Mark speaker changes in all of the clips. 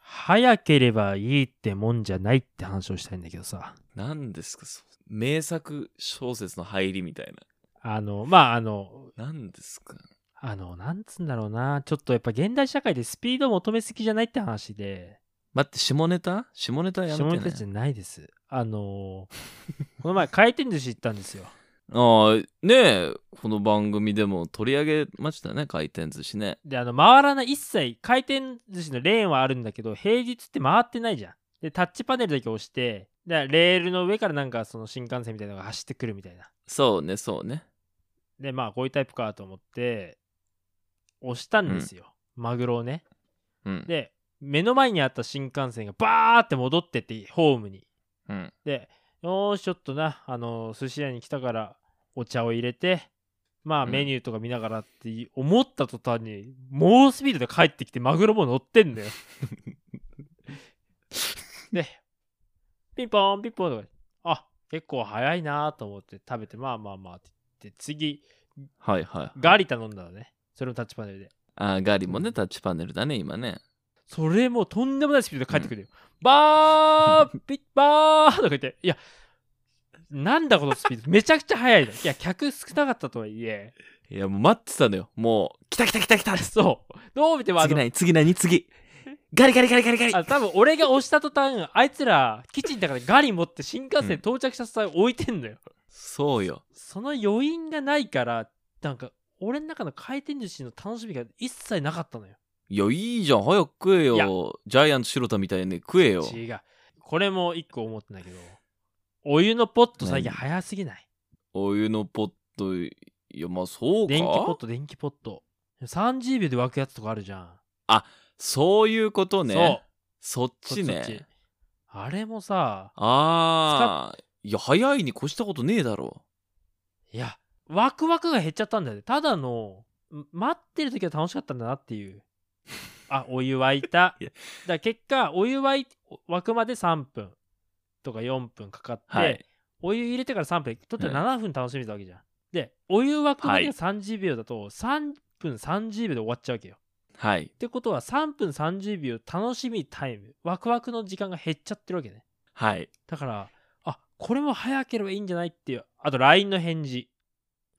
Speaker 1: 早ければいいってもんじゃないって話をしたいんだけどさ。
Speaker 2: 何ですかそ名作小説の入りみたい
Speaker 1: あの、まあ、あの、
Speaker 2: な。何ですか
Speaker 1: あの、なんつうんだろうな。ちょっとやっぱ現代社会でスピードを求めすぎじゃないって話で、
Speaker 2: 待って、下ネタ下ネタやめて
Speaker 1: 下
Speaker 2: ね
Speaker 1: ネタじゃないです。あの、この前回転寿司行ったんですよ。
Speaker 2: ああ、ねえ、この番組でも取り上げましたね、回転寿司ね。
Speaker 1: で、あの、回らない、一切回転寿司のレーンはあるんだけど、平日って回ってないじゃん。で、タッチパネルだけ押して、でレールの上からなんかその新幹線みたいなのが走ってくるみたいな。
Speaker 2: そうね、そうね。
Speaker 1: でまあこういうタイプかと思って押したんですよ、マグロをね
Speaker 2: うん。
Speaker 1: で目の前にあった新幹線がバーって戻ってってホームに
Speaker 2: うん。
Speaker 1: でよーしちょっとなあの寿司屋に来たからお茶を入れてまあ
Speaker 2: うん
Speaker 1: メニューとか見ながらって思った途端に猛スピードで帰ってきてマグロも乗ってん だよでピンポンピンポンとかあ結構早いなーと思って食べてまあまあまあって言って次
Speaker 2: はいはい。
Speaker 1: ガリ頼んだのね。それもタッチパネルで。
Speaker 2: ああ、ガリもね、タッチパネルだね、今ね。
Speaker 1: それもとんでもないスピードで帰ってくるよ。バーピッバーとか言って、いや、なんだこのスピード。めちゃくちゃ速いの。いや、客少なかったとはいえ、
Speaker 2: いや、もう待ってたのよ。もう、来た来た来た来た
Speaker 1: そう。どう見てもあ
Speaker 2: 次
Speaker 1: の、
Speaker 2: 何次何次ガリガリガリガリガリ
Speaker 1: あ多分俺が押した途端、あいつら、キッチンだからガリ持って新幹線到着した際置いてんのよ。
Speaker 2: そうよ。
Speaker 1: その余韻がないから、なんか、俺の中の回転寿司の楽しみが一切なかったのよ。
Speaker 2: いや、いいじゃん。早く食
Speaker 1: い
Speaker 2: え
Speaker 1: や
Speaker 2: よ。ジャイアント白田みたいに食えよ。
Speaker 1: 違う。これも一個思ってんだけど、お湯のポット最近
Speaker 2: 何
Speaker 1: 早すぎない
Speaker 2: お湯のポット、いや、まあそうか。
Speaker 1: 電気ポット電気ポット30秒で沸くやつとかあるじゃん
Speaker 2: そういうことね。そっ
Speaker 1: そうそっち
Speaker 2: ち
Speaker 1: そっち
Speaker 2: ね。
Speaker 1: あれもさ
Speaker 2: ああ。いや、早いに越したことねえだろ。
Speaker 1: いやワクワクが減っちゃったんだよねただのん待ってる時は楽しかったんだなって いうあお湯沸いた
Speaker 2: い
Speaker 1: だ
Speaker 2: や
Speaker 1: から結果お湯沸い沸くまで3分とか4分かかって、
Speaker 2: はい。
Speaker 1: お湯入れてから3分とって
Speaker 2: うん
Speaker 1: 7分楽しみたわけじゃん、でお湯沸くまで
Speaker 2: はい
Speaker 1: 30秒だと3分30秒で終わっちゃうわけよ
Speaker 2: はい
Speaker 1: っ。てことは3分30秒楽しみタイムワクワクの時間が減っちゃってるわけね
Speaker 2: はい。
Speaker 1: だからあこれも早ければいいんじゃないっていうあと LINE の返事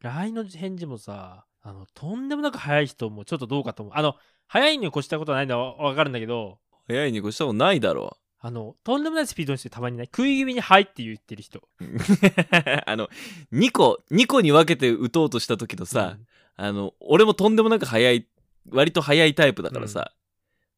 Speaker 1: LINE の返事もさあのとんでもなく早い人もちょっとどうかと思うあの早いに越したことはないのはわかるんだけど
Speaker 2: 早いに越したことないだろ。
Speaker 1: あのとんでもないスピードの人たまにね食い気味に「はい」って言ってる人
Speaker 2: あの、2個、2個に分けて打とうとした時とさ、あの、俺もとんでもなく早い、割と早いタイプだからさ、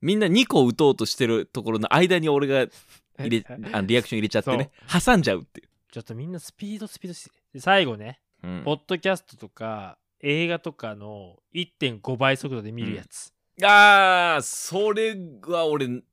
Speaker 2: みんな2個打とうとしてるところの間に俺が
Speaker 1: うん
Speaker 2: 入れあのリアクション入れちゃってね挟んじゃうっていう、
Speaker 1: ちょっとみんなスピードスピードしてで最後ね
Speaker 2: うん
Speaker 1: ポッドキャストとか映画とかの1.5倍速度で見るやつ、
Speaker 2: あーそれは俺分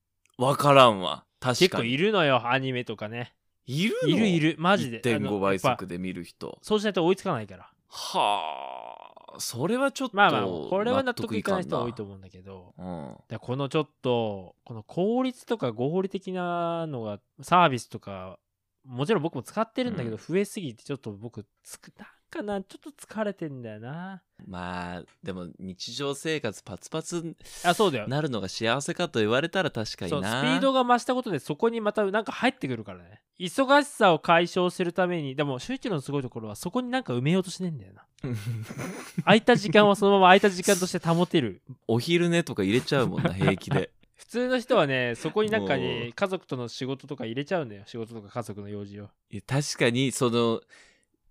Speaker 2: からんわ確
Speaker 1: 結
Speaker 2: か
Speaker 1: 構
Speaker 2: に
Speaker 1: いるのよアニメとかね
Speaker 2: いるの
Speaker 1: いるいるマジであの
Speaker 2: 1.5倍
Speaker 1: やっぱ
Speaker 2: 速で見る人
Speaker 1: そうしないと追いつかないから
Speaker 2: はあそれはちょっと
Speaker 1: まあまあこれは納得いかない人は多いと
Speaker 2: 思
Speaker 1: 思うんだけど
Speaker 2: う、うん、
Speaker 1: だからこのちょっとこの効率とか合理的なのがサービスとかもちろん僕も使ってるんだけど、
Speaker 2: う
Speaker 1: 増えすぎてちょっと僕つくなんかなちょっと疲れてんだよな
Speaker 2: まあでも日常生活パツパツ
Speaker 1: あそうだよ
Speaker 2: なるのが幸せかと言われたら確か
Speaker 1: そう
Speaker 2: に
Speaker 1: スピ
Speaker 2: な
Speaker 1: ードが増したことでそこにまたなんか入ってくるからね忙しさを解消するためにでも集一郎のすごいところはそこになんか埋めようとしねえんだよな空いた時間はそのまま空いた時間として保てる
Speaker 2: お昼寝とか入れちゃうもんな平気で
Speaker 1: 普通の人はねそこになんか
Speaker 2: も
Speaker 1: ね
Speaker 2: う
Speaker 1: 家族との仕事とか入れちゃうんだよ仕事とか家族の用事を
Speaker 2: いや確かにその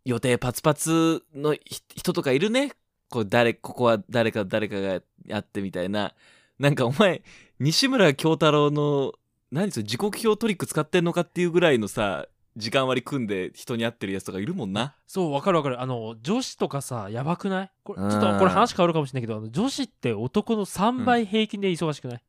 Speaker 2: 予定パツパツのひ人とかいるねこう誰ここは誰か誰かがやってみたいななんかお前西村京太郎の何それ時刻表トリック使ってんのかっていうぐらいのさ時間割り組んで人に会ってるやつとかいるもんな
Speaker 1: そうわかるわかるあの女子とかさやばくないこれちょ
Speaker 2: うん
Speaker 1: っとこれ話変わるかもしれないけどあの女子って男の3倍平均で忙しくない、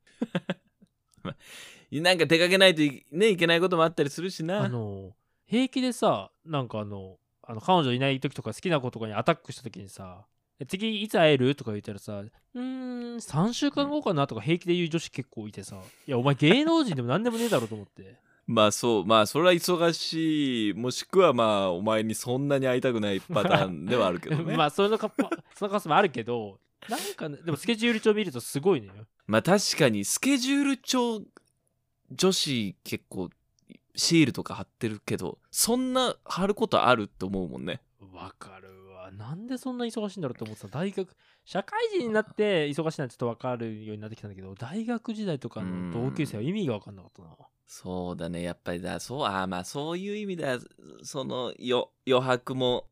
Speaker 2: なんか出かけないとい,、ね、いけないこともあったりするしな
Speaker 1: あの平気でさなんかあのあの彼女いない時とか好きな子とかにアタックした時にさえ次いつ会えるとか言ったらさうーん3週間後かなとか平気で言う女子結構いてさいやお前芸能人でも何でもねえだろうと思って
Speaker 2: まあそうまあそれは忙しいもしくはまあお前にそんなに会いたくないパターンではあるけど ね
Speaker 1: まあそれのかっぱその可能性もあるけどなんかねでもスケジュール帳見るとすごいのよ
Speaker 2: まあ確かにスケジュール帳女子結構シールとか貼ってるけどそんな貼ることあるって思うもんね
Speaker 1: わかるわ。なんでそんな忙しいんだろうって思ってた。大学、社会人になって忙しいのはちょっとわかるようになってきたんだけど、大学時代とかの同級生は意味がわかんなかったな。
Speaker 2: そうだねやっぱりだそうあーまあそういう意味だそのよ余白も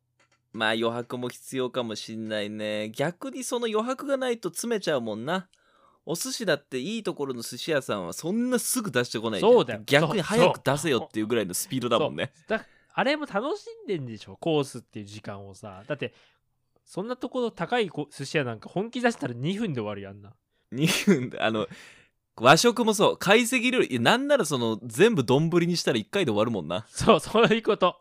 Speaker 2: まあ余白も必要かもしんないね逆にその余白がないと詰めちゃうもんなお寿司だっていいところの寿司屋さんはそんなすぐ出してこないじゃん
Speaker 1: そうだよ
Speaker 2: 逆に早く
Speaker 1: そう
Speaker 2: 出せよっていうぐらいのスピードだもんね
Speaker 1: そう。だあれも楽しんでんでしょ、コースっていう時間をさ。だって、そんなところ高いこ寿司屋なんか本気出したら2分で終わるやんな。
Speaker 2: 2分であの和食もそう懐石料理いやなんならその全部丼にしたら1回で終わるもんな
Speaker 1: そう、 そういうこと。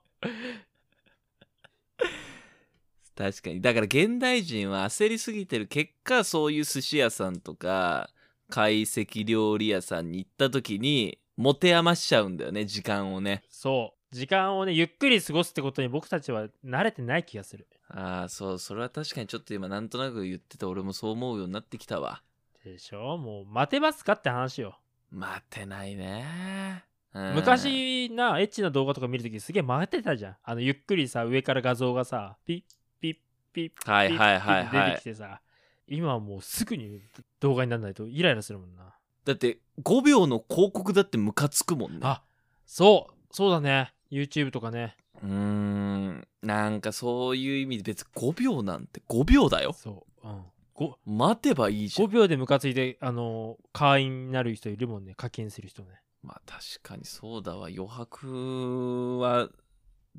Speaker 2: 確かにだから現代人は焦りすぎてる結果そういう寿司屋さんとか懐石料理屋さんに行った時に持て余しちゃうんだよね時間をね
Speaker 1: そう。時間をね、ゆっくり過ごすってことに僕たちは慣れてない気がする。
Speaker 2: ああそうそれは確かにちょっと今なんとなく言ってた俺もそう思うようになってきたわ
Speaker 1: でしょもう、待てますかって話よ。
Speaker 2: 待てないね、うん
Speaker 1: 昔な、エッチな動画とか見るときすげえ待ってたじゃん。あの、ゆっくりさ、上から画像がさ、ピッ、ピッ、ピッ、ピッ、
Speaker 2: はいはいはい
Speaker 1: ピッ
Speaker 2: は
Speaker 1: っ
Speaker 2: い
Speaker 1: て出てきてさ、今はもうすぐに動画にならないとイライラするもんな。
Speaker 2: だって5秒の広告だってムカつくもんね
Speaker 1: あそうそうだね YouTube とかね
Speaker 2: うーんなんかそういう意味で別に5秒なんて5秒だよ
Speaker 1: そう、うん、5,
Speaker 2: 待てばいいじゃん
Speaker 1: 秒でムカついてあの会員になる人いるもんね課金する人ね
Speaker 2: まあ確かにそうだわ余白は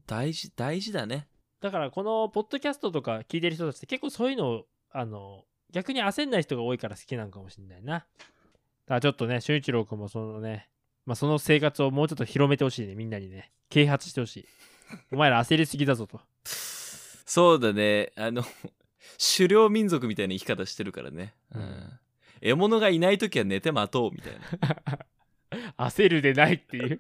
Speaker 2: 大事大事だね
Speaker 1: だからこのポッドキャストとか聞いてる人たちって結構そういうのをあの逆に焦んない人が多いから好きなのかもしれないなだからちょっとね俊一郎君もそのね、まあ、その生活をもうちょっと広めてほしいねみんなにね啓発してほしいお前ら焦りすぎだぞと
Speaker 2: そうだねあの 狩猟民族みたいな生き方してるからね、うん
Speaker 1: うん
Speaker 2: 獲物がいない時は寝て待とうみたい
Speaker 1: 焦るでないって いう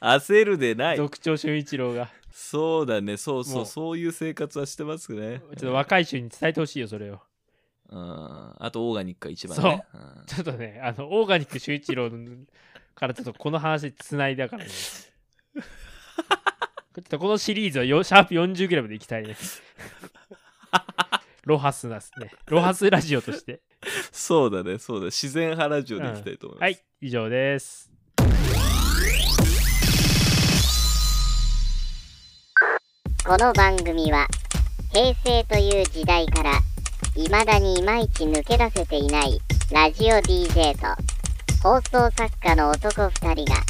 Speaker 2: な 焦るでない
Speaker 1: 族長俊一郎が
Speaker 2: そうだねそうそ
Speaker 1: も
Speaker 2: う
Speaker 1: う
Speaker 2: そういう生活はしてますね
Speaker 1: ちょっと若い衆に伝えてほしいよそれを
Speaker 2: うんあとオーガニックが一番ねうん
Speaker 1: ちょっとね、あの、オーガニック周一郎からちょっとこの話つないだからね。ちょっとこのシリーズはよシャープ 40g でいき たいね。ロハスですね。ロハスラジオとして。
Speaker 2: そうだねそうだ自然派ラジオでいきたいと思いま
Speaker 1: は
Speaker 2: す、
Speaker 1: い、以上です。
Speaker 3: この番組は平成という時代から未だにいまいち抜け出せていないラジオ DJ と放送作家の男2人が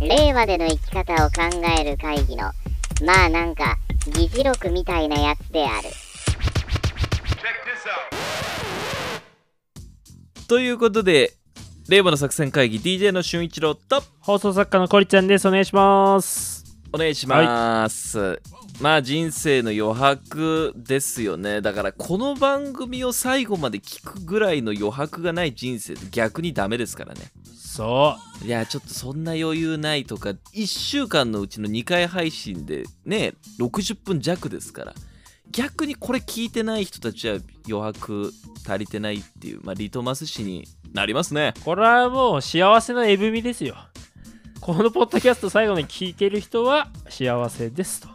Speaker 3: 令和での生き方を考える会議のまあなんか議事録みたいなやつである。
Speaker 2: ということで令和の作戦会議 DJ の俊一郎と
Speaker 1: 放送作家のこりちゃんです。お願いします。
Speaker 2: お願いします、まあ人生の余白ですよねだからこの番組を最後まで聞くぐらいの余白がない人生って逆にダメですからね
Speaker 1: そ
Speaker 2: いやちょっとそんな余裕ないとか1週間のうちの2回配信でね60分弱ですから逆にこれ聞いてない人たちは余白足りてないっていう、まあ、リトマス紙になりますね
Speaker 1: う。これはもう幸せの絵踏みですよ。このポッドキャスト最後に聞いてる人は幸せですと。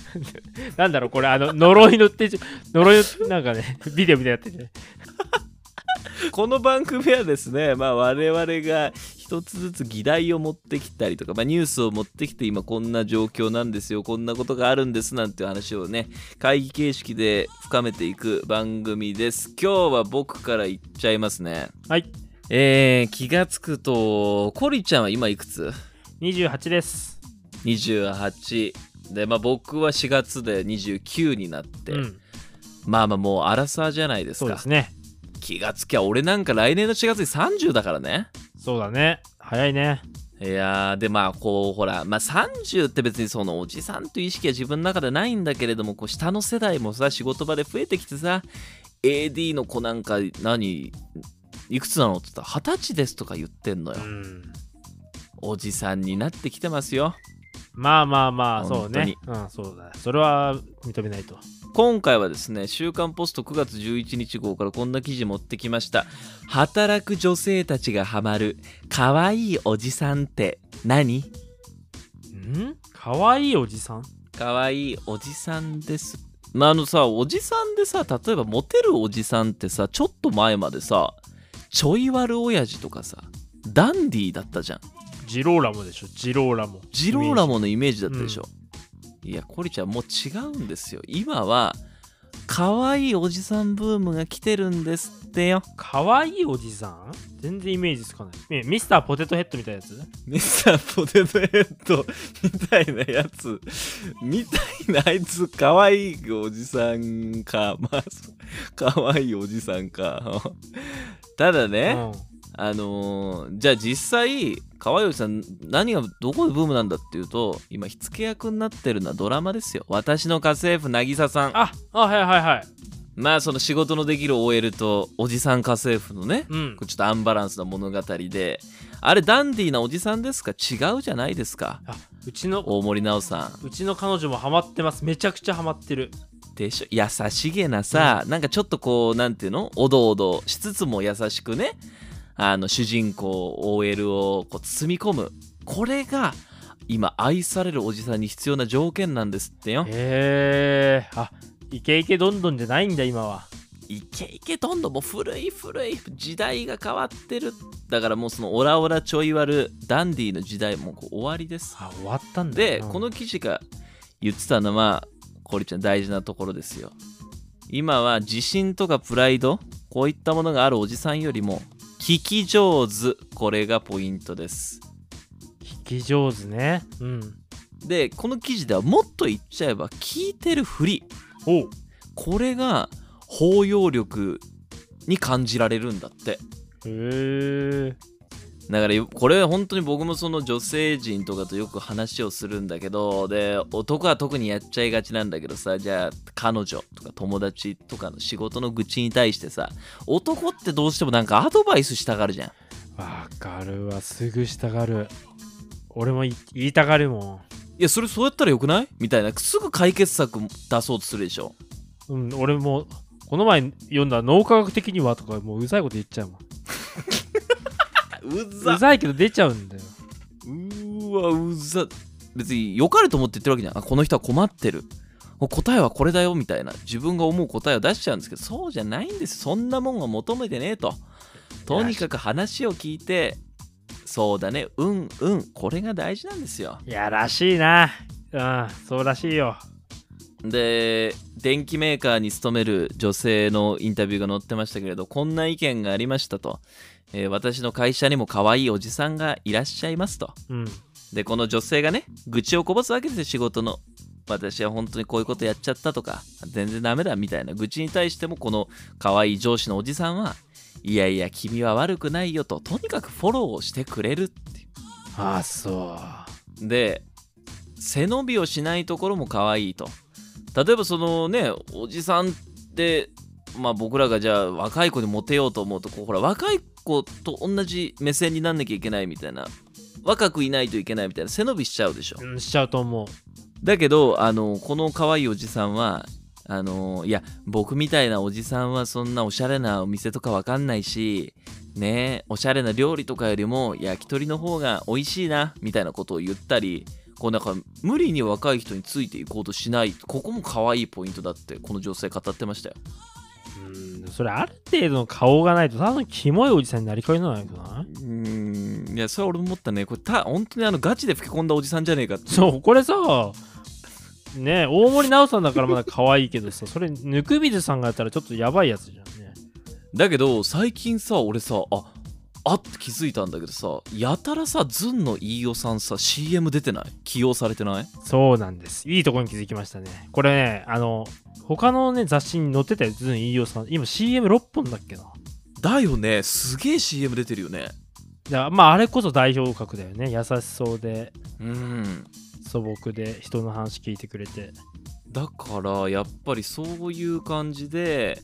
Speaker 1: なんだろうこれあの呪いのって呪いのなんかねビデオみたいになってるね
Speaker 2: この番組はですね、まあ、我々が一つずつ議題を持ってきたりとか、まあ、ニュースを持ってきて今こんな状況なんですよこんなことがあるんですなんていう話をね会議形式で深めていく番組です今日は僕から言っちゃいますね
Speaker 1: はい
Speaker 2: えー、気がつくとコリちゃんは今いくつ
Speaker 1: 28です、
Speaker 2: ?28 でまあ僕は4月で29になって、
Speaker 1: うん、
Speaker 2: まあまあもうアラサーじゃないです
Speaker 1: そう
Speaker 2: か
Speaker 1: ですね
Speaker 2: 気がつきゃ俺なんか来年の4月に30だからね
Speaker 1: そうだね早いね
Speaker 2: いやーでまあこうほら、まあ、30って別にそのおじさんという意識は自分の中でないんだけれどもこう下の世代もさ仕事場で増えてきてさ AD の子なんか何いくつなのって言ったら二十歳ですとか言ってんのよ
Speaker 1: うん
Speaker 2: おじさんになってきてますよ
Speaker 1: まあまあまあ、そうね
Speaker 2: 本。
Speaker 1: うん、そうだ。それは認めないと。
Speaker 2: 今回はですね「週刊ポスト」9月11日号からこんな記事持ってきました「働く女性たちがハマる可愛いおじさんって何?
Speaker 1: んかわいいおじさん」
Speaker 2: 可愛いおじさんですまああのさおじさんでさ例えばモテるおじさんってさちょっと前までさちょい悪親父とかさダンディーだったじゃん
Speaker 1: ジローラモでしょ、ジローラモ。
Speaker 2: ジローラ
Speaker 1: モ。
Speaker 2: モのイメージだったでしょ、いやコリちゃんもう違うんですよ今は可愛いおじさんブームが来てるんですってよ
Speaker 1: かわいいおじさん全然イメージつかないえ。ミスターポテトヘッドみたいなやつ
Speaker 2: ミスターポテトヘッドみたいなやつみたいなあいつ可愛いおじさんか まあそう可愛いおじさんか ただね、
Speaker 1: うん
Speaker 2: あのーじゃあ実際川いさん何がどこでブームなんだっていうと今火付け役になってるのはドラマですよ私の家政婦渚さん
Speaker 1: あ、あ、はいはいはい。
Speaker 2: まあその仕事のできる OL とおじさん家政婦のね
Speaker 1: うん
Speaker 2: こ。うちょっとアンバランスな物語であれダンディーなおじさんですか違うじゃないですか
Speaker 1: あ、うちの、
Speaker 2: 大森奈緒さん
Speaker 1: うちの彼女もハマってます。めちゃくちゃハマってる。
Speaker 2: でしょ優しげなさ、なんかちょっとこうなんていうのおどおどしつつも優しくねあの主人公 OL をこう包み込むこれが今愛されるおじさんに必要な条件なんですってよ
Speaker 1: へえ。あ、イケイケどんどんじゃないんだ、今は。
Speaker 2: イケイケどんどんもう古い古い時代が変わってるだからもうそのオラオラちょい悪ダンディーの時代もうこう終わりです
Speaker 1: あ、終わったんだ。
Speaker 2: で、
Speaker 1: うん
Speaker 2: この記事が言ってたのはコリちゃん大事なところですよ今は自信とかプライドこういったものがあるおじさんよりも聞き上手これがポイントです
Speaker 1: 聞き上手ね。うん。
Speaker 2: でこの記事ではもっと言っちゃえば聞いてるふり
Speaker 1: おう。
Speaker 2: これが包容力に感じられるんだって
Speaker 1: へえ。
Speaker 2: だからよこれは本当に僕もその女性陣とかとよく話をするんだけどで男は特にやっちゃいがちなんだけどさじゃあ彼女とか友達とかの仕事の愚痴に対してさ男ってどうしてもなんかアドバイスしたがるじゃん
Speaker 1: わかるわ。すぐしたがる。俺もい言いたがるも
Speaker 2: いやそれそうやったらよくないみたいなすぐ解決策出そうとするでしょ
Speaker 1: ん。うん、俺も、この前読んだ脳科学的にはとか、もううざいこと言っちゃうもん。
Speaker 2: う
Speaker 1: うざいけど出ちゃうんだよ。
Speaker 2: うーわうざ別に良かれと思って言ってるわけじゃんあこの人は困ってる答えはこれだよみたいな自分が思う答えを出しちゃうんですけどそうじゃないんですそんなもんは求めてねえととにかく話を聞いてそうだねうんうんこれが大事なんですよ
Speaker 1: いやらしいな。うん、そうらしいよ。
Speaker 2: で電機メーカーに勤める女性のインタビューが載ってましたけれどこんな意見がありましたと、えー私の会社にも可愛いおじさんがいらっしゃいますと
Speaker 1: うん。
Speaker 2: でこの女性がね愚痴をこぼすわけですよ仕事の私は本当にこういうことやっちゃったとか全然ダメだみたいな愚痴に対してもこの可愛い上司のおじさんはいやいや君は悪くないよととにかくフォローをしてくれるってい
Speaker 1: あ、そう
Speaker 2: で背伸びをしないところも可愛いと例えばそのねおじさんってまあ僕らがじゃあ若い子にモテようと思うとこうほら若い子と同じ目線になんなきゃいけないみたいな若くいないといけないみたいな背伸びしちゃうでしょ
Speaker 1: う。うん、しちゃうと思う。
Speaker 2: だけどあのこの可愛いおじさんはあのいや僕みたいなおじさんはそんなおしゃれなお店とかわかんないしねおしゃれな料理とかよりも焼き鳥の方が美味しいなみたいなことを言ったりこうなんか無理に若い人についていこうとしないここも可愛いポイントだってこの女性語ってましたよ
Speaker 1: うん、それある程度の顔がないと、ただのキモいおじさんになりかけないとな
Speaker 2: う。ーんいやそれは俺も思ったねこれた本当にあのガチで吹き込んだおじさんじゃねえかって
Speaker 1: そう、これさ、ね大森奈緒さんだからまだ可愛いけどさ、それ、温水さんがやったらちょっとやばいやつじゃんね。
Speaker 2: だけど最近さ俺さああって気づいたんだけどさやたらさずんの飯尾さんさ CM 出てない起用されてない
Speaker 1: そうなんです。いいとこに気づきましたね。これね、あの、他のね、雑誌に載ってたよ、ずん飯尾さん。今 CM6 本だっけな。
Speaker 2: だよねすげえ CM 出てるよね
Speaker 1: いやまあ、あれこそ代表格だよね。優しそうで、
Speaker 2: うん
Speaker 1: 素朴で人の話聞いてくれて
Speaker 2: だからやっぱりそういう感じで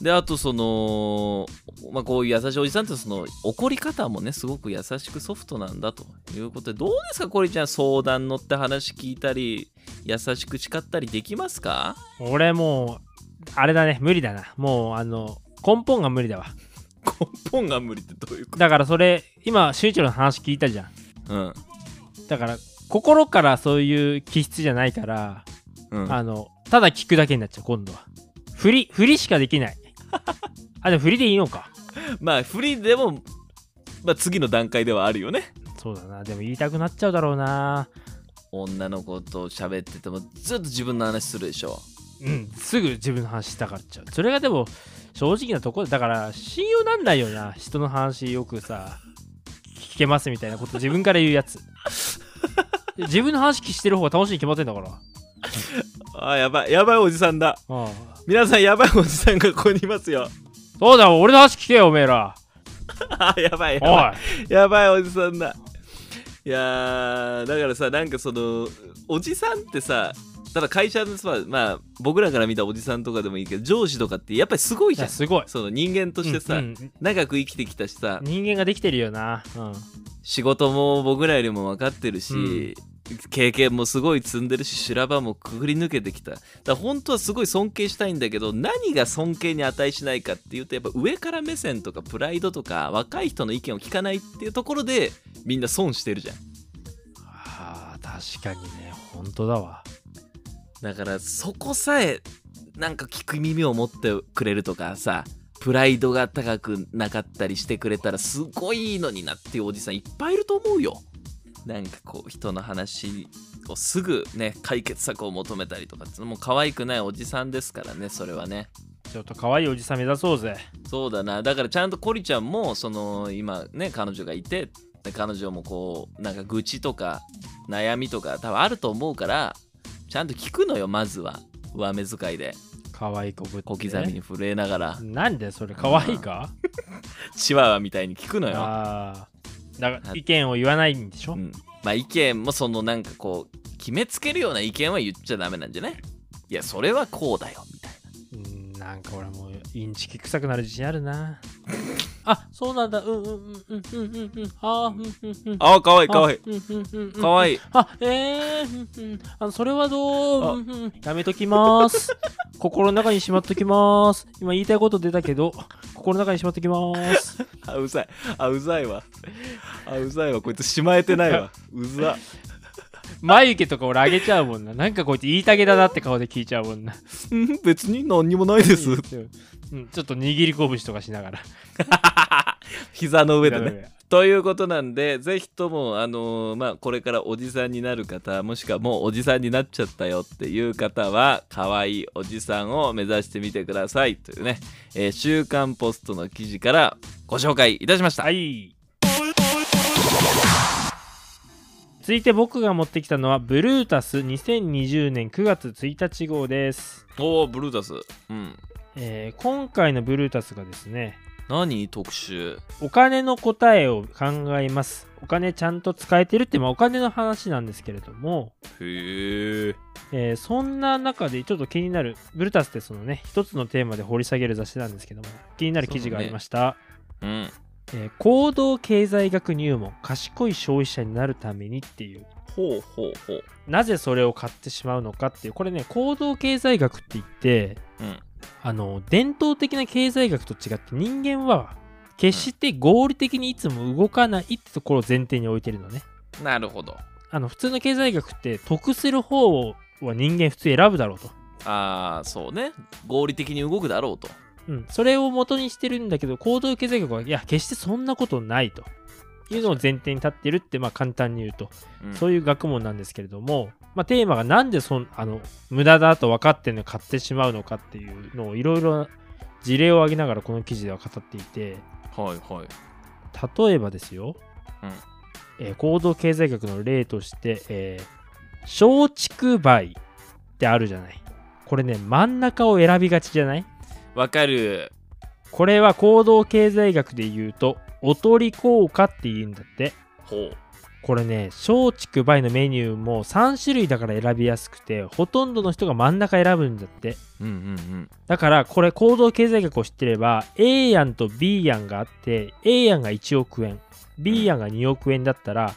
Speaker 2: であとその、まあ、こういう優しいおじさんってその怒り方もねすごく優しくソフトなんだということでどうですかこれちゃん相談乗って話聞いたり優しく叱ったりできますか
Speaker 1: 俺もうあれだね無理だなもうあの根本が無理だわ
Speaker 2: 根本が無理ってどういうこ
Speaker 1: だからそれ今俊一郎の話聞いたじゃん
Speaker 2: とうん
Speaker 1: だから心からそういう気質じゃないから、
Speaker 2: うん
Speaker 1: あのただ聞くだけになっちゃう今度は振り振りしかできない あでも振りでいいのか
Speaker 2: まあフリーでも、まあ、次の段階ではあるよね
Speaker 1: そうだなでも言いたくなっちゃうだろうな
Speaker 2: 女の子と喋っててもずっと自分の話するでしょ
Speaker 1: うんすぐ自分の話したがっちゃうそれがでも正直なところでだから信用なんないよな人の話よくさ聞けますみたいなこと自分から言う やつ自分の話聞してる方が楽しいに決まってんだから
Speaker 2: あーやばいやばいおじさんだ
Speaker 1: ああ
Speaker 2: 皆さんやばいおじさんがここにいますよ
Speaker 1: そうだ俺の話聞けよおめえら
Speaker 2: あーやばいやばい
Speaker 1: おい
Speaker 2: やばいおじさんだいやーだからさなんかそのおじさんってさただ会社のさまあ僕らから見たおじさんとかでもいいけど上司とかってやっぱりすごい
Speaker 1: い
Speaker 2: じゃ
Speaker 1: や
Speaker 2: ん
Speaker 1: すごい
Speaker 2: その人間として
Speaker 1: う
Speaker 2: さ、
Speaker 1: んうん
Speaker 2: 長く生きてきたしさ
Speaker 1: 人間ができてるよな、うん、
Speaker 2: 仕事も僕らよりも分かってるし、
Speaker 1: うん
Speaker 2: 経験もすごい積んでるし修羅場もくぐり抜けてきただから本当はすごい尊敬したいんだけど何が尊敬に値しないかっていうとやっぱ上から目線とかプライドとか若い人の意見を聞かないっていうところでみんな損してるじゃん
Speaker 1: あー確かにね本当だわ
Speaker 2: だからそこさえなんか聞く耳を持ってくれるとかさプライドが高くなかったりしてくれたらすごいいいのになっていうおじさんいっぱいいると思うよなんかこう人の話をすぐね解決策を求めたりとかってもう可愛くないおじさんですからねそれはね
Speaker 1: ちょっと可愛いおじさん目指そうぜ
Speaker 2: そうだなだからちゃんとコリちゃんもその今ね彼女がいてで彼女もこうなんか愚痴とか悩みとか多分あると思うからちゃんと聞くのよまずは上目遣いで
Speaker 1: 可愛い子ぶって
Speaker 2: 小刻みに震えながら
Speaker 1: なんでそれ可愛いか
Speaker 2: チワワみたいに聞くのよ、
Speaker 1: あーだから意見を言わないんでしょ、
Speaker 2: うん、まあ意見もそのなんかこう決めつけるような意見は言っちゃダメなんじゃないいやそれはこうだよみたい
Speaker 1: うんなんか俺もうインチキ臭くなる自信あるなあそうなんだうんうんうんうんうんうんうんあーうんうんうん
Speaker 2: なあかわいいか
Speaker 1: あ
Speaker 2: わいい
Speaker 1: うんうんうんうん
Speaker 2: かわいい
Speaker 1: あえー、うんうんあのそれはど
Speaker 2: あ
Speaker 1: う、うんうんやめときます 心の中にしまっときます今言いたいこと出たけど心の中にしまっときます
Speaker 2: あうざいあうざいわあうざいわこいつしまえてないわうざ
Speaker 1: 眉毛とか俺上げちゃうもんななんかこうやって言いたげだなって顔で聞いちゃうもんな
Speaker 2: うん別に何にもないです
Speaker 1: うん、ちょっと握り拳とかしながら
Speaker 2: 膝の上でねということなんでぜひともあのーまあこれからおじさんになる方もしくはもうおじさんになっちゃったよっていう方は可愛いおじさんを目指してみてくださいというね、えー週刊ポストの記事からご紹介いたしました、
Speaker 1: はい続いて僕が持ってきたのはブルータス2020年9月1日号です、
Speaker 2: おおブルータスうん
Speaker 1: えー今回のブルータスがですね
Speaker 2: 何特集
Speaker 1: お金の答えを考えますお金ちゃんと使えてるって、まあ、お金の話なんですけれども、
Speaker 2: へえ
Speaker 1: えーそんな中でちょっと気になるブルタスってそのね一つのテーマで掘り下げる雑誌なんですけども気になる記事がありました、
Speaker 2: うん
Speaker 1: えー行動経済学入門賢い消費者になるためにっていう
Speaker 2: ほうほうほう
Speaker 1: なぜそれを買ってしまうのかっていうこれね行動経済学って言って
Speaker 2: うん
Speaker 1: あの伝統的な経済学と違って人間は決して合理的にいつも動かないってところを前提に置いてるのね
Speaker 2: なるほど
Speaker 1: あの普通の経済学って得する方は人間普通選ぶだろうと、
Speaker 2: ああそうね合理的に動くだろうと
Speaker 1: うん、それを元にしてるんだけど行動経済学はいや決してそんなことないというのを前提に立ってるってまあ簡単に言うと
Speaker 2: うん
Speaker 1: そういう学問なんですけれども、まあ、テーマがなんでそんあの無駄だと分かってるのに買ってしまうのかっていうのをいろいろ事例を挙げながらこの記事では語っていて
Speaker 2: はいはい
Speaker 1: 例えばですよ、
Speaker 2: うん
Speaker 1: えー行動経済学の例として、えー松竹梅ってあるじゃないこれね真ん中を選びがちじゃない
Speaker 2: わかる
Speaker 1: これは行動経済学で言うとおとり効果って言うんだって
Speaker 2: ほう
Speaker 1: これね松竹梅のメニューも3種類だから選びやすくてほとんどの人が真ん中選ぶんだって
Speaker 2: うんうん
Speaker 1: だからこれ行動経済学を知ってれば A 案と B 案があって A 案が1億円 B 案が2億円だったら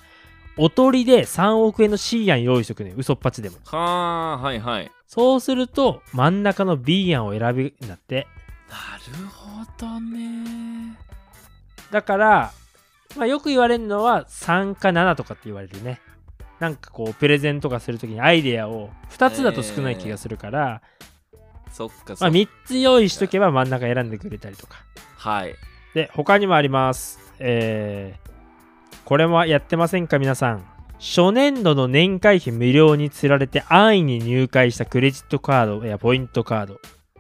Speaker 1: おとりで3億円の C 案用意しとくね嘘っぱちでも
Speaker 2: はあはいはい
Speaker 1: そうすると真ん中の B 案を選びんだって
Speaker 2: なるほどね
Speaker 1: だから、まあ、よく言われるのは3か7とかって言われるねなんかこうプレゼントとかするときにアイデアを2つだと少ない気がするから、
Speaker 2: そっかそっか、
Speaker 1: まあ、3つ用意しとけば真ん中選んでくれたりとか
Speaker 2: はい
Speaker 1: で他にもありますえーこれもやってませんか皆さん初年度の年会費無料につられて安易に入会したクレジットカードやポイントカード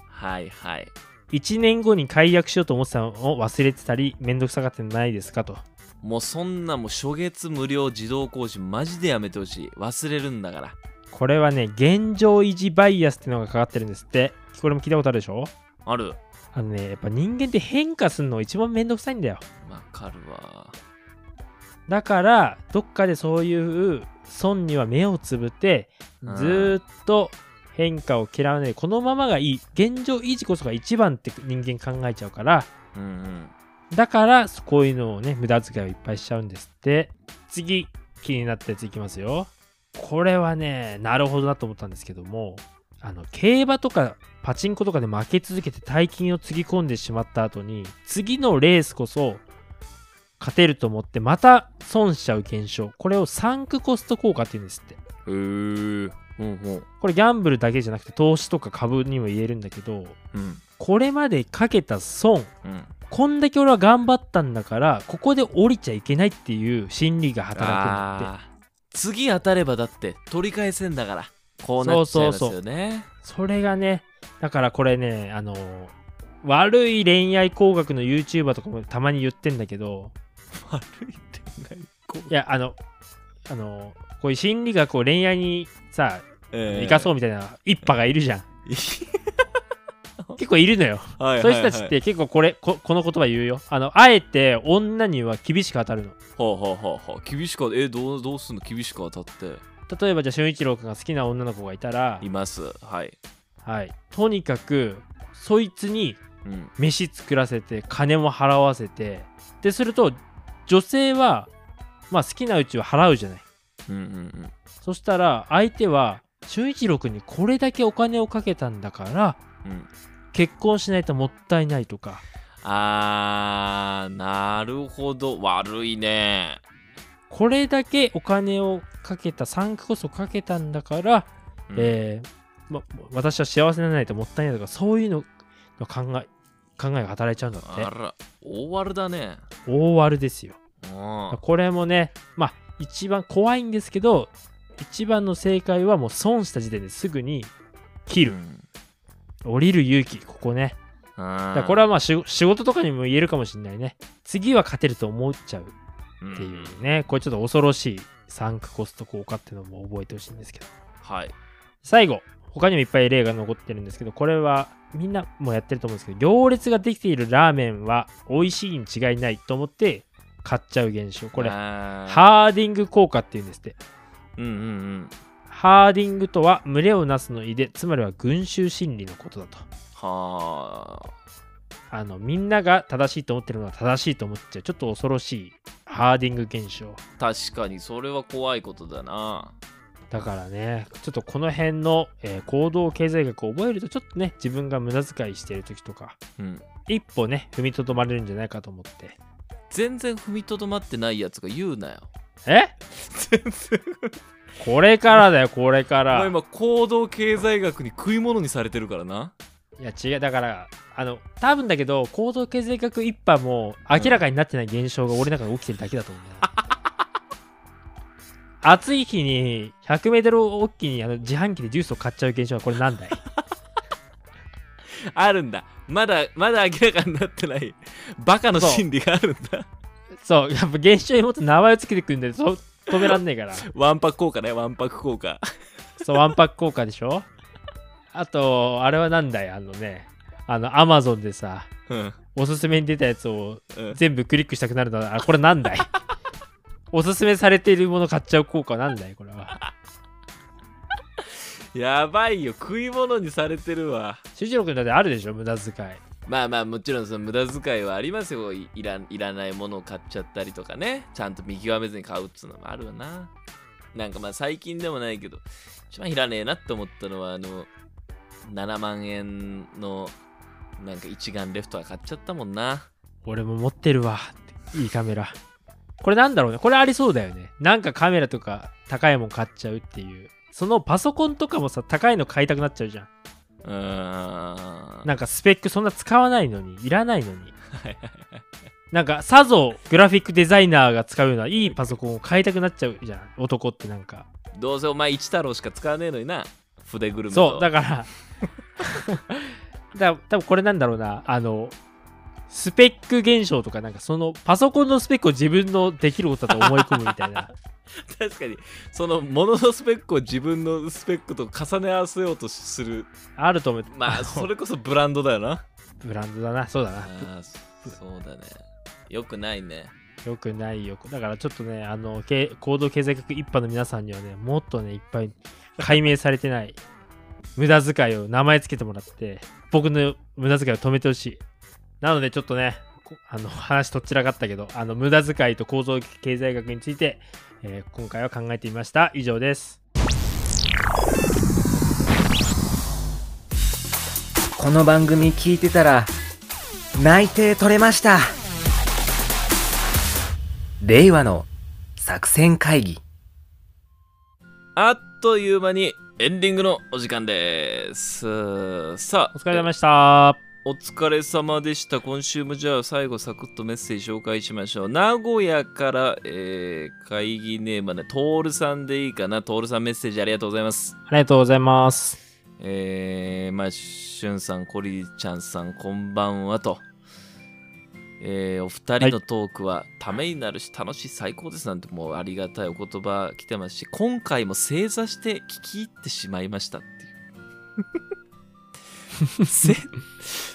Speaker 2: はいはい
Speaker 1: 1年後に解約しようと思ってたのを忘れてたりめんどくさかったんじゃないですかと
Speaker 2: もうそんなもう初月無料自動更新マジでやめてほしい忘れるんだから
Speaker 1: これはね現状維持バイアスってのがかかってるんですってこれも聞いたことあるでしょ
Speaker 2: ある
Speaker 1: あのねやっぱ人間って変化するの一番めんどくさいんだよ
Speaker 2: わかるわ
Speaker 1: だからどっかでそういう損には目をつぶって
Speaker 2: うん
Speaker 1: ずーっと変化を嫌わないこのままがいい現状維持こそが一番って人間考えちゃうから
Speaker 2: うんうん
Speaker 1: だからこういうのをね無駄遣いをいっぱいしちゃうんですって次気になったやついきますよこれはねなるほどなと思ったんですけどもあの競馬とかパチンコとかで負け続けて大金をつぎ込んでしまった後に次のレースこそ勝てると思ってまた損しちゃう現象これをサンクコスト効果って言うんですって
Speaker 2: へえほうほう
Speaker 1: これギャンブルだけじゃなくて投資とか株にも言えるんだけど
Speaker 2: うん
Speaker 1: これまでかけた損
Speaker 2: うん
Speaker 1: こんだけ俺は頑張ったんだからここで降りちゃいけないっていう心理が働くんだって
Speaker 2: あー次当たればだって取り返せんだからこうなっちゃいますよね
Speaker 1: それがねだからこれねあの悪い恋愛工学の YouTuber とかもたまに言ってんだけど
Speaker 2: 悪い恋愛こ
Speaker 1: いやあのあのこういう心理学を恋愛にさ
Speaker 2: う
Speaker 1: 生かそううみたいな一派がいるじゃん、結構いるのよ、
Speaker 2: はいはいはい
Speaker 1: そういう人たちって結構これここの言葉言うよあのあえて女には厳しく当たるの
Speaker 2: はあはあはあはあ厳しくえどうどうすんの厳しく当たって
Speaker 1: 例えばじゃあ俊一郎君が好きな女の子がいたら
Speaker 2: いますはい
Speaker 1: はい、とにかくそいつに
Speaker 2: うん
Speaker 1: 飯作らせて金も払わせてですると女性は、まあ、好きなうちは払うじゃない
Speaker 2: うんうん
Speaker 1: そしたら相手は俊一郎君にこれだけお金をかけたんだから
Speaker 2: うんうん
Speaker 1: 結婚しないともったいないとか
Speaker 2: あーなるほど悪いね
Speaker 1: これだけお金をかけた産クこそかけたんだから、
Speaker 2: うん
Speaker 1: えーま、私は幸せにならないともったいないとかそういうのの考え考えが働いちゃうんだ
Speaker 2: あ
Speaker 1: って
Speaker 2: ら大悪だね
Speaker 1: 大悪ですよ
Speaker 2: うん
Speaker 1: これもね、まあ、一番怖いんですけど、一番の正解はもう損した時点ですぐに切
Speaker 2: う
Speaker 1: る、
Speaker 2: ん
Speaker 1: 降りる勇気、ここね。だからこれはまあ仕仕事とかにも言えるかもしれないね。次は勝てると思っちゃうっ
Speaker 2: うん
Speaker 1: ていうね、これちょっと恐ろしいサンクコスト効果っていうのも覚えてほしいんですけど。
Speaker 2: はい
Speaker 1: 最後、他にもいっぱい例が残ってるんですけど、これはみんなもやってると思うんですけど、行列ができているラーメンは美味しいに違いないと思って買っちゃう現象。これ、
Speaker 2: は
Speaker 1: ハーディング効果っていうんですって。
Speaker 2: うんうんうん
Speaker 1: ハーディングとは群れをなすのいでつまりは群衆心理のことだと
Speaker 2: はあ
Speaker 1: あのみんなが正しいと思ってるのは正しいと思っちゃうちょっと恐ろしいハーディング現象
Speaker 2: 確かにそれは怖いことだな
Speaker 1: だからねちょっとこの辺の、えー行動経済学を覚えるとちょっとね自分が無駄遣いしている時とか
Speaker 2: うん
Speaker 1: 一歩ね踏みとどまれるんじゃないかと思って
Speaker 2: 全然踏みとどまってないやつが言うなよ
Speaker 1: え
Speaker 2: 全然
Speaker 1: これからだよこれか
Speaker 2: お前
Speaker 1: ら
Speaker 2: 今行動経済学に食い物にされてるからない
Speaker 1: や違うだからあの多分だけど行動経済学一派も明らかになってない現象が俺の中で起きてるだけだと思うんだよな暑い日に 100m おっきにあの自販機でジュースを買っちゃう現象はこれなんだい
Speaker 2: あるんだまだまだ明らかになってないバカの心理があるんだ
Speaker 1: そうやっぱ現象にもっと名前をつけてくるんだよそ止めらんねえから
Speaker 2: ワンパク効果ねワンパク効果
Speaker 1: そうワンパック効果でしょあとあれはなんだいあのねあのアマゾンでさ
Speaker 2: うん
Speaker 1: おすすめに出たやつを
Speaker 2: うん
Speaker 1: 全部クリックしたくなるのはあこれなんだい教おすすめされているもの買っちゃう効果なんだよこれは
Speaker 2: やばいよ食い物にされてるわ
Speaker 1: 修一郎君だってあるでしょ無駄遣い
Speaker 2: まあまあもちろんその無駄遣いはありますよいいらんいらないものを買っちゃったりとかねちゃんと見極めずに買うっつうのもあるわななんかまあ最近でもないけど一番いらねえなって思ったのはあの7万円のなんか一眼レフトは買っちゃったもんな
Speaker 1: 俺も持ってるわっていいカメラこれなんだろうねこれありそうだよねなんかカメラとか高いもん買っちゃうっていうそのパソコンとかもさ高いの買いたくなっちゃうじゃん
Speaker 2: うーん
Speaker 1: なんかスペックそんな使わないのにいらないのになんかさぞグラフィックデザイナーが使うようないいパソコンを買いたくなっちゃうじゃん男ってなんか
Speaker 2: どうせお前一太郎しか使わねえのにな筆グルメと
Speaker 1: そうだから だ多分これなんだろうなあのスペック現象とかなんかそのパソコンのスペックを自分のできることだと思い込むみたい な
Speaker 2: 確かにそのもののスペックを自分のスペックと重ね合わせようとする
Speaker 1: あると思う
Speaker 2: まあ
Speaker 1: の
Speaker 2: それこそブランドだよな
Speaker 1: ブランドだなそうだな
Speaker 2: あーそそうだねよくないね
Speaker 1: よくないよだからちょっとねあのけ行動経済学一派の皆さんにはねもっとねいっぱい解明されてない無駄遣いを名前つけてもらって僕の無駄遣いを止めてほしいなのでちょっとねこあの話とっちらかったけどあの無駄遣いと構造経済学について、えー今回は考えてみました以上です
Speaker 4: この番組聞いてたら内定取れました令和の作戦会議
Speaker 2: あっという間にエンディングのお時間ですさあ
Speaker 1: お疲れ様でした
Speaker 2: お疲れ様でした。今週もじゃあ最後サクッとメッセージ紹介しましょう。名古屋から、えー会議ネームはね、トールさんでいいかな。トールさんメッセージありがとうございます。
Speaker 1: ありがとうございます
Speaker 2: えー、まあ、しゅんさん、こりちゃんさん、こんばんはと。えーお二人のトークはためになるし楽しい最高ですなんてもうありがたいお言葉来てますし今回も正座して聞き入ってしまいましたっていうせ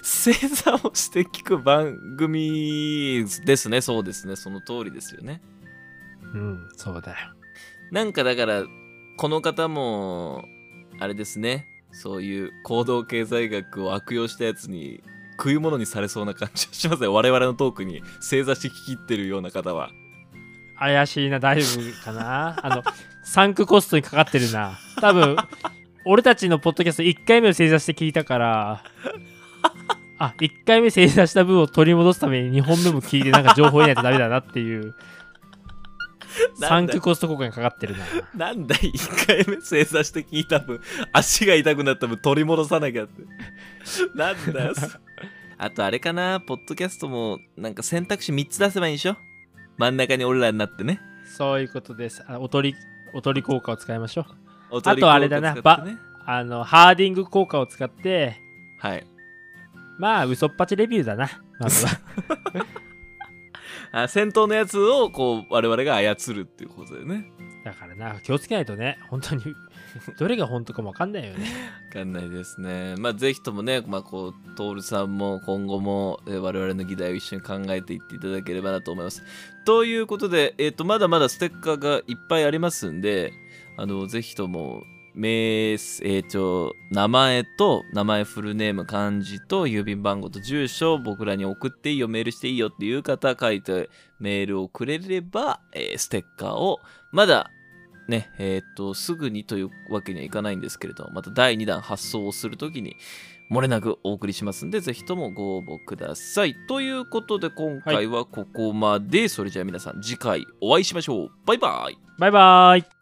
Speaker 2: 正座をして聞く番組ですねそうですねその通りですよね
Speaker 1: うんそうだよ
Speaker 2: なんかだから、この方も、あれですね、そういう行動経済学を悪用したやつに、食い物にされそうな感じがしますね。我々のトークに正座して聞き入ってるような方は。
Speaker 1: 怪しいな大丈夫かなあのサンクコストにかかってるな多分俺たちのポッドキャスト1回目を正座して聞いたからあ1回目正座した分を取り戻すために2本目も聞いてなんか情報入れないとダメだなっていう
Speaker 2: だよ
Speaker 1: サンクコスト効果にかかってるな
Speaker 2: なんだい、1回目正座して聞いた分、足が痛くなった分取り戻さなきゃって。なんだよ。あとあれかな、ポッドキャストも、なんか選択肢3つ出せばいいんでしょ真ん中に俺らになってね。
Speaker 1: そういうことですあおとりおとり効果を使いましょう
Speaker 2: お
Speaker 1: あとあれだな
Speaker 2: 取り込みを使ってね
Speaker 1: あのハーディング効果を使って
Speaker 2: はい。
Speaker 1: まあ嘘っぱちレビューだなまずは
Speaker 2: あ戦闘のやつをこう我々が操るっていうことだよね。
Speaker 1: だからな気をつけないとね本当にどれが本当かも分かんないよね
Speaker 2: わかんないですね。まあぜひともね、まあこう、トールさんも今後もえー我々の議題を一緒に考えていっていただければなと思います。ということで、えっ、と、まだまだステッカーがいっぱいありますんで、あの、ぜひとも、名、えーと、名前と、名前、フルネーム、漢字と、郵便番号と住所を僕らに送っていいよ、メールしていいよっていう方、書いてメールをくれれば、えーステッカーを、まだ、ね、えーっと、すぐにというわけにはいかないんですけれども、また第2弾発送をするときに、漏れなくお送りしますんで、ぜひともご応募ください。ということで、今回はここまで、それじゃあ皆さん、次回お会いしましょう。バイバイ
Speaker 1: バイバーイ